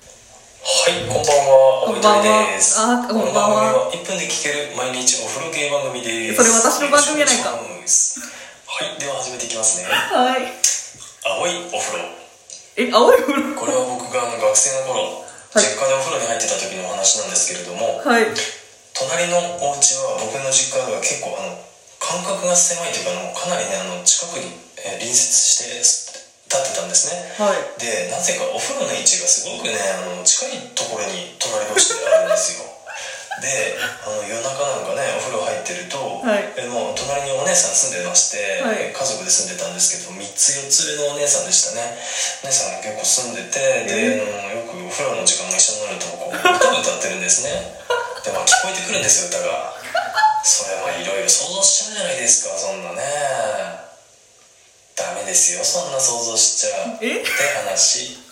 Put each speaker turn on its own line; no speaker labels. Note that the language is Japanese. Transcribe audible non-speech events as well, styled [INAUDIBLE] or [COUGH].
はい、こんばんは。
こんばんは
おいとりです。
あこんばんは
この番組は一分で聞ける毎日お風呂系番組です。
それ私の番組やないか
よろしくお願いしますはい、では始めていきますね。
はい。
青いお風呂。
え、青い風呂
これは僕があの学生の頃、
はい
実家でお風呂に入ってた時のお話なんですけれども、
はい。
隣のお家は僕の実家では結構あの間隔が狭いというかあのかなりねあの近くに、えー隣接して建ってたんですね
はい。
でなぜかお風呂の位置がすごくねあの近いところに隣同士であるんですよ
[LAUGHS]
であの夜中なんかねお風呂入ってると、
はい
えもう隣にお姉さん住んでまして、
は
家
い
族で住んでたんですけど3つ4つ上のお姉さんでしたねお姉さんが結構住んでてで、あのよくお風呂の時間が一緒になるとこう歌を歌ってるんですねでまあ聞こえてくるんですよ歌がそれはいろいろ想像しちゃうじゃないですかそんなねダメですよそんな想像しちゃ
え
って話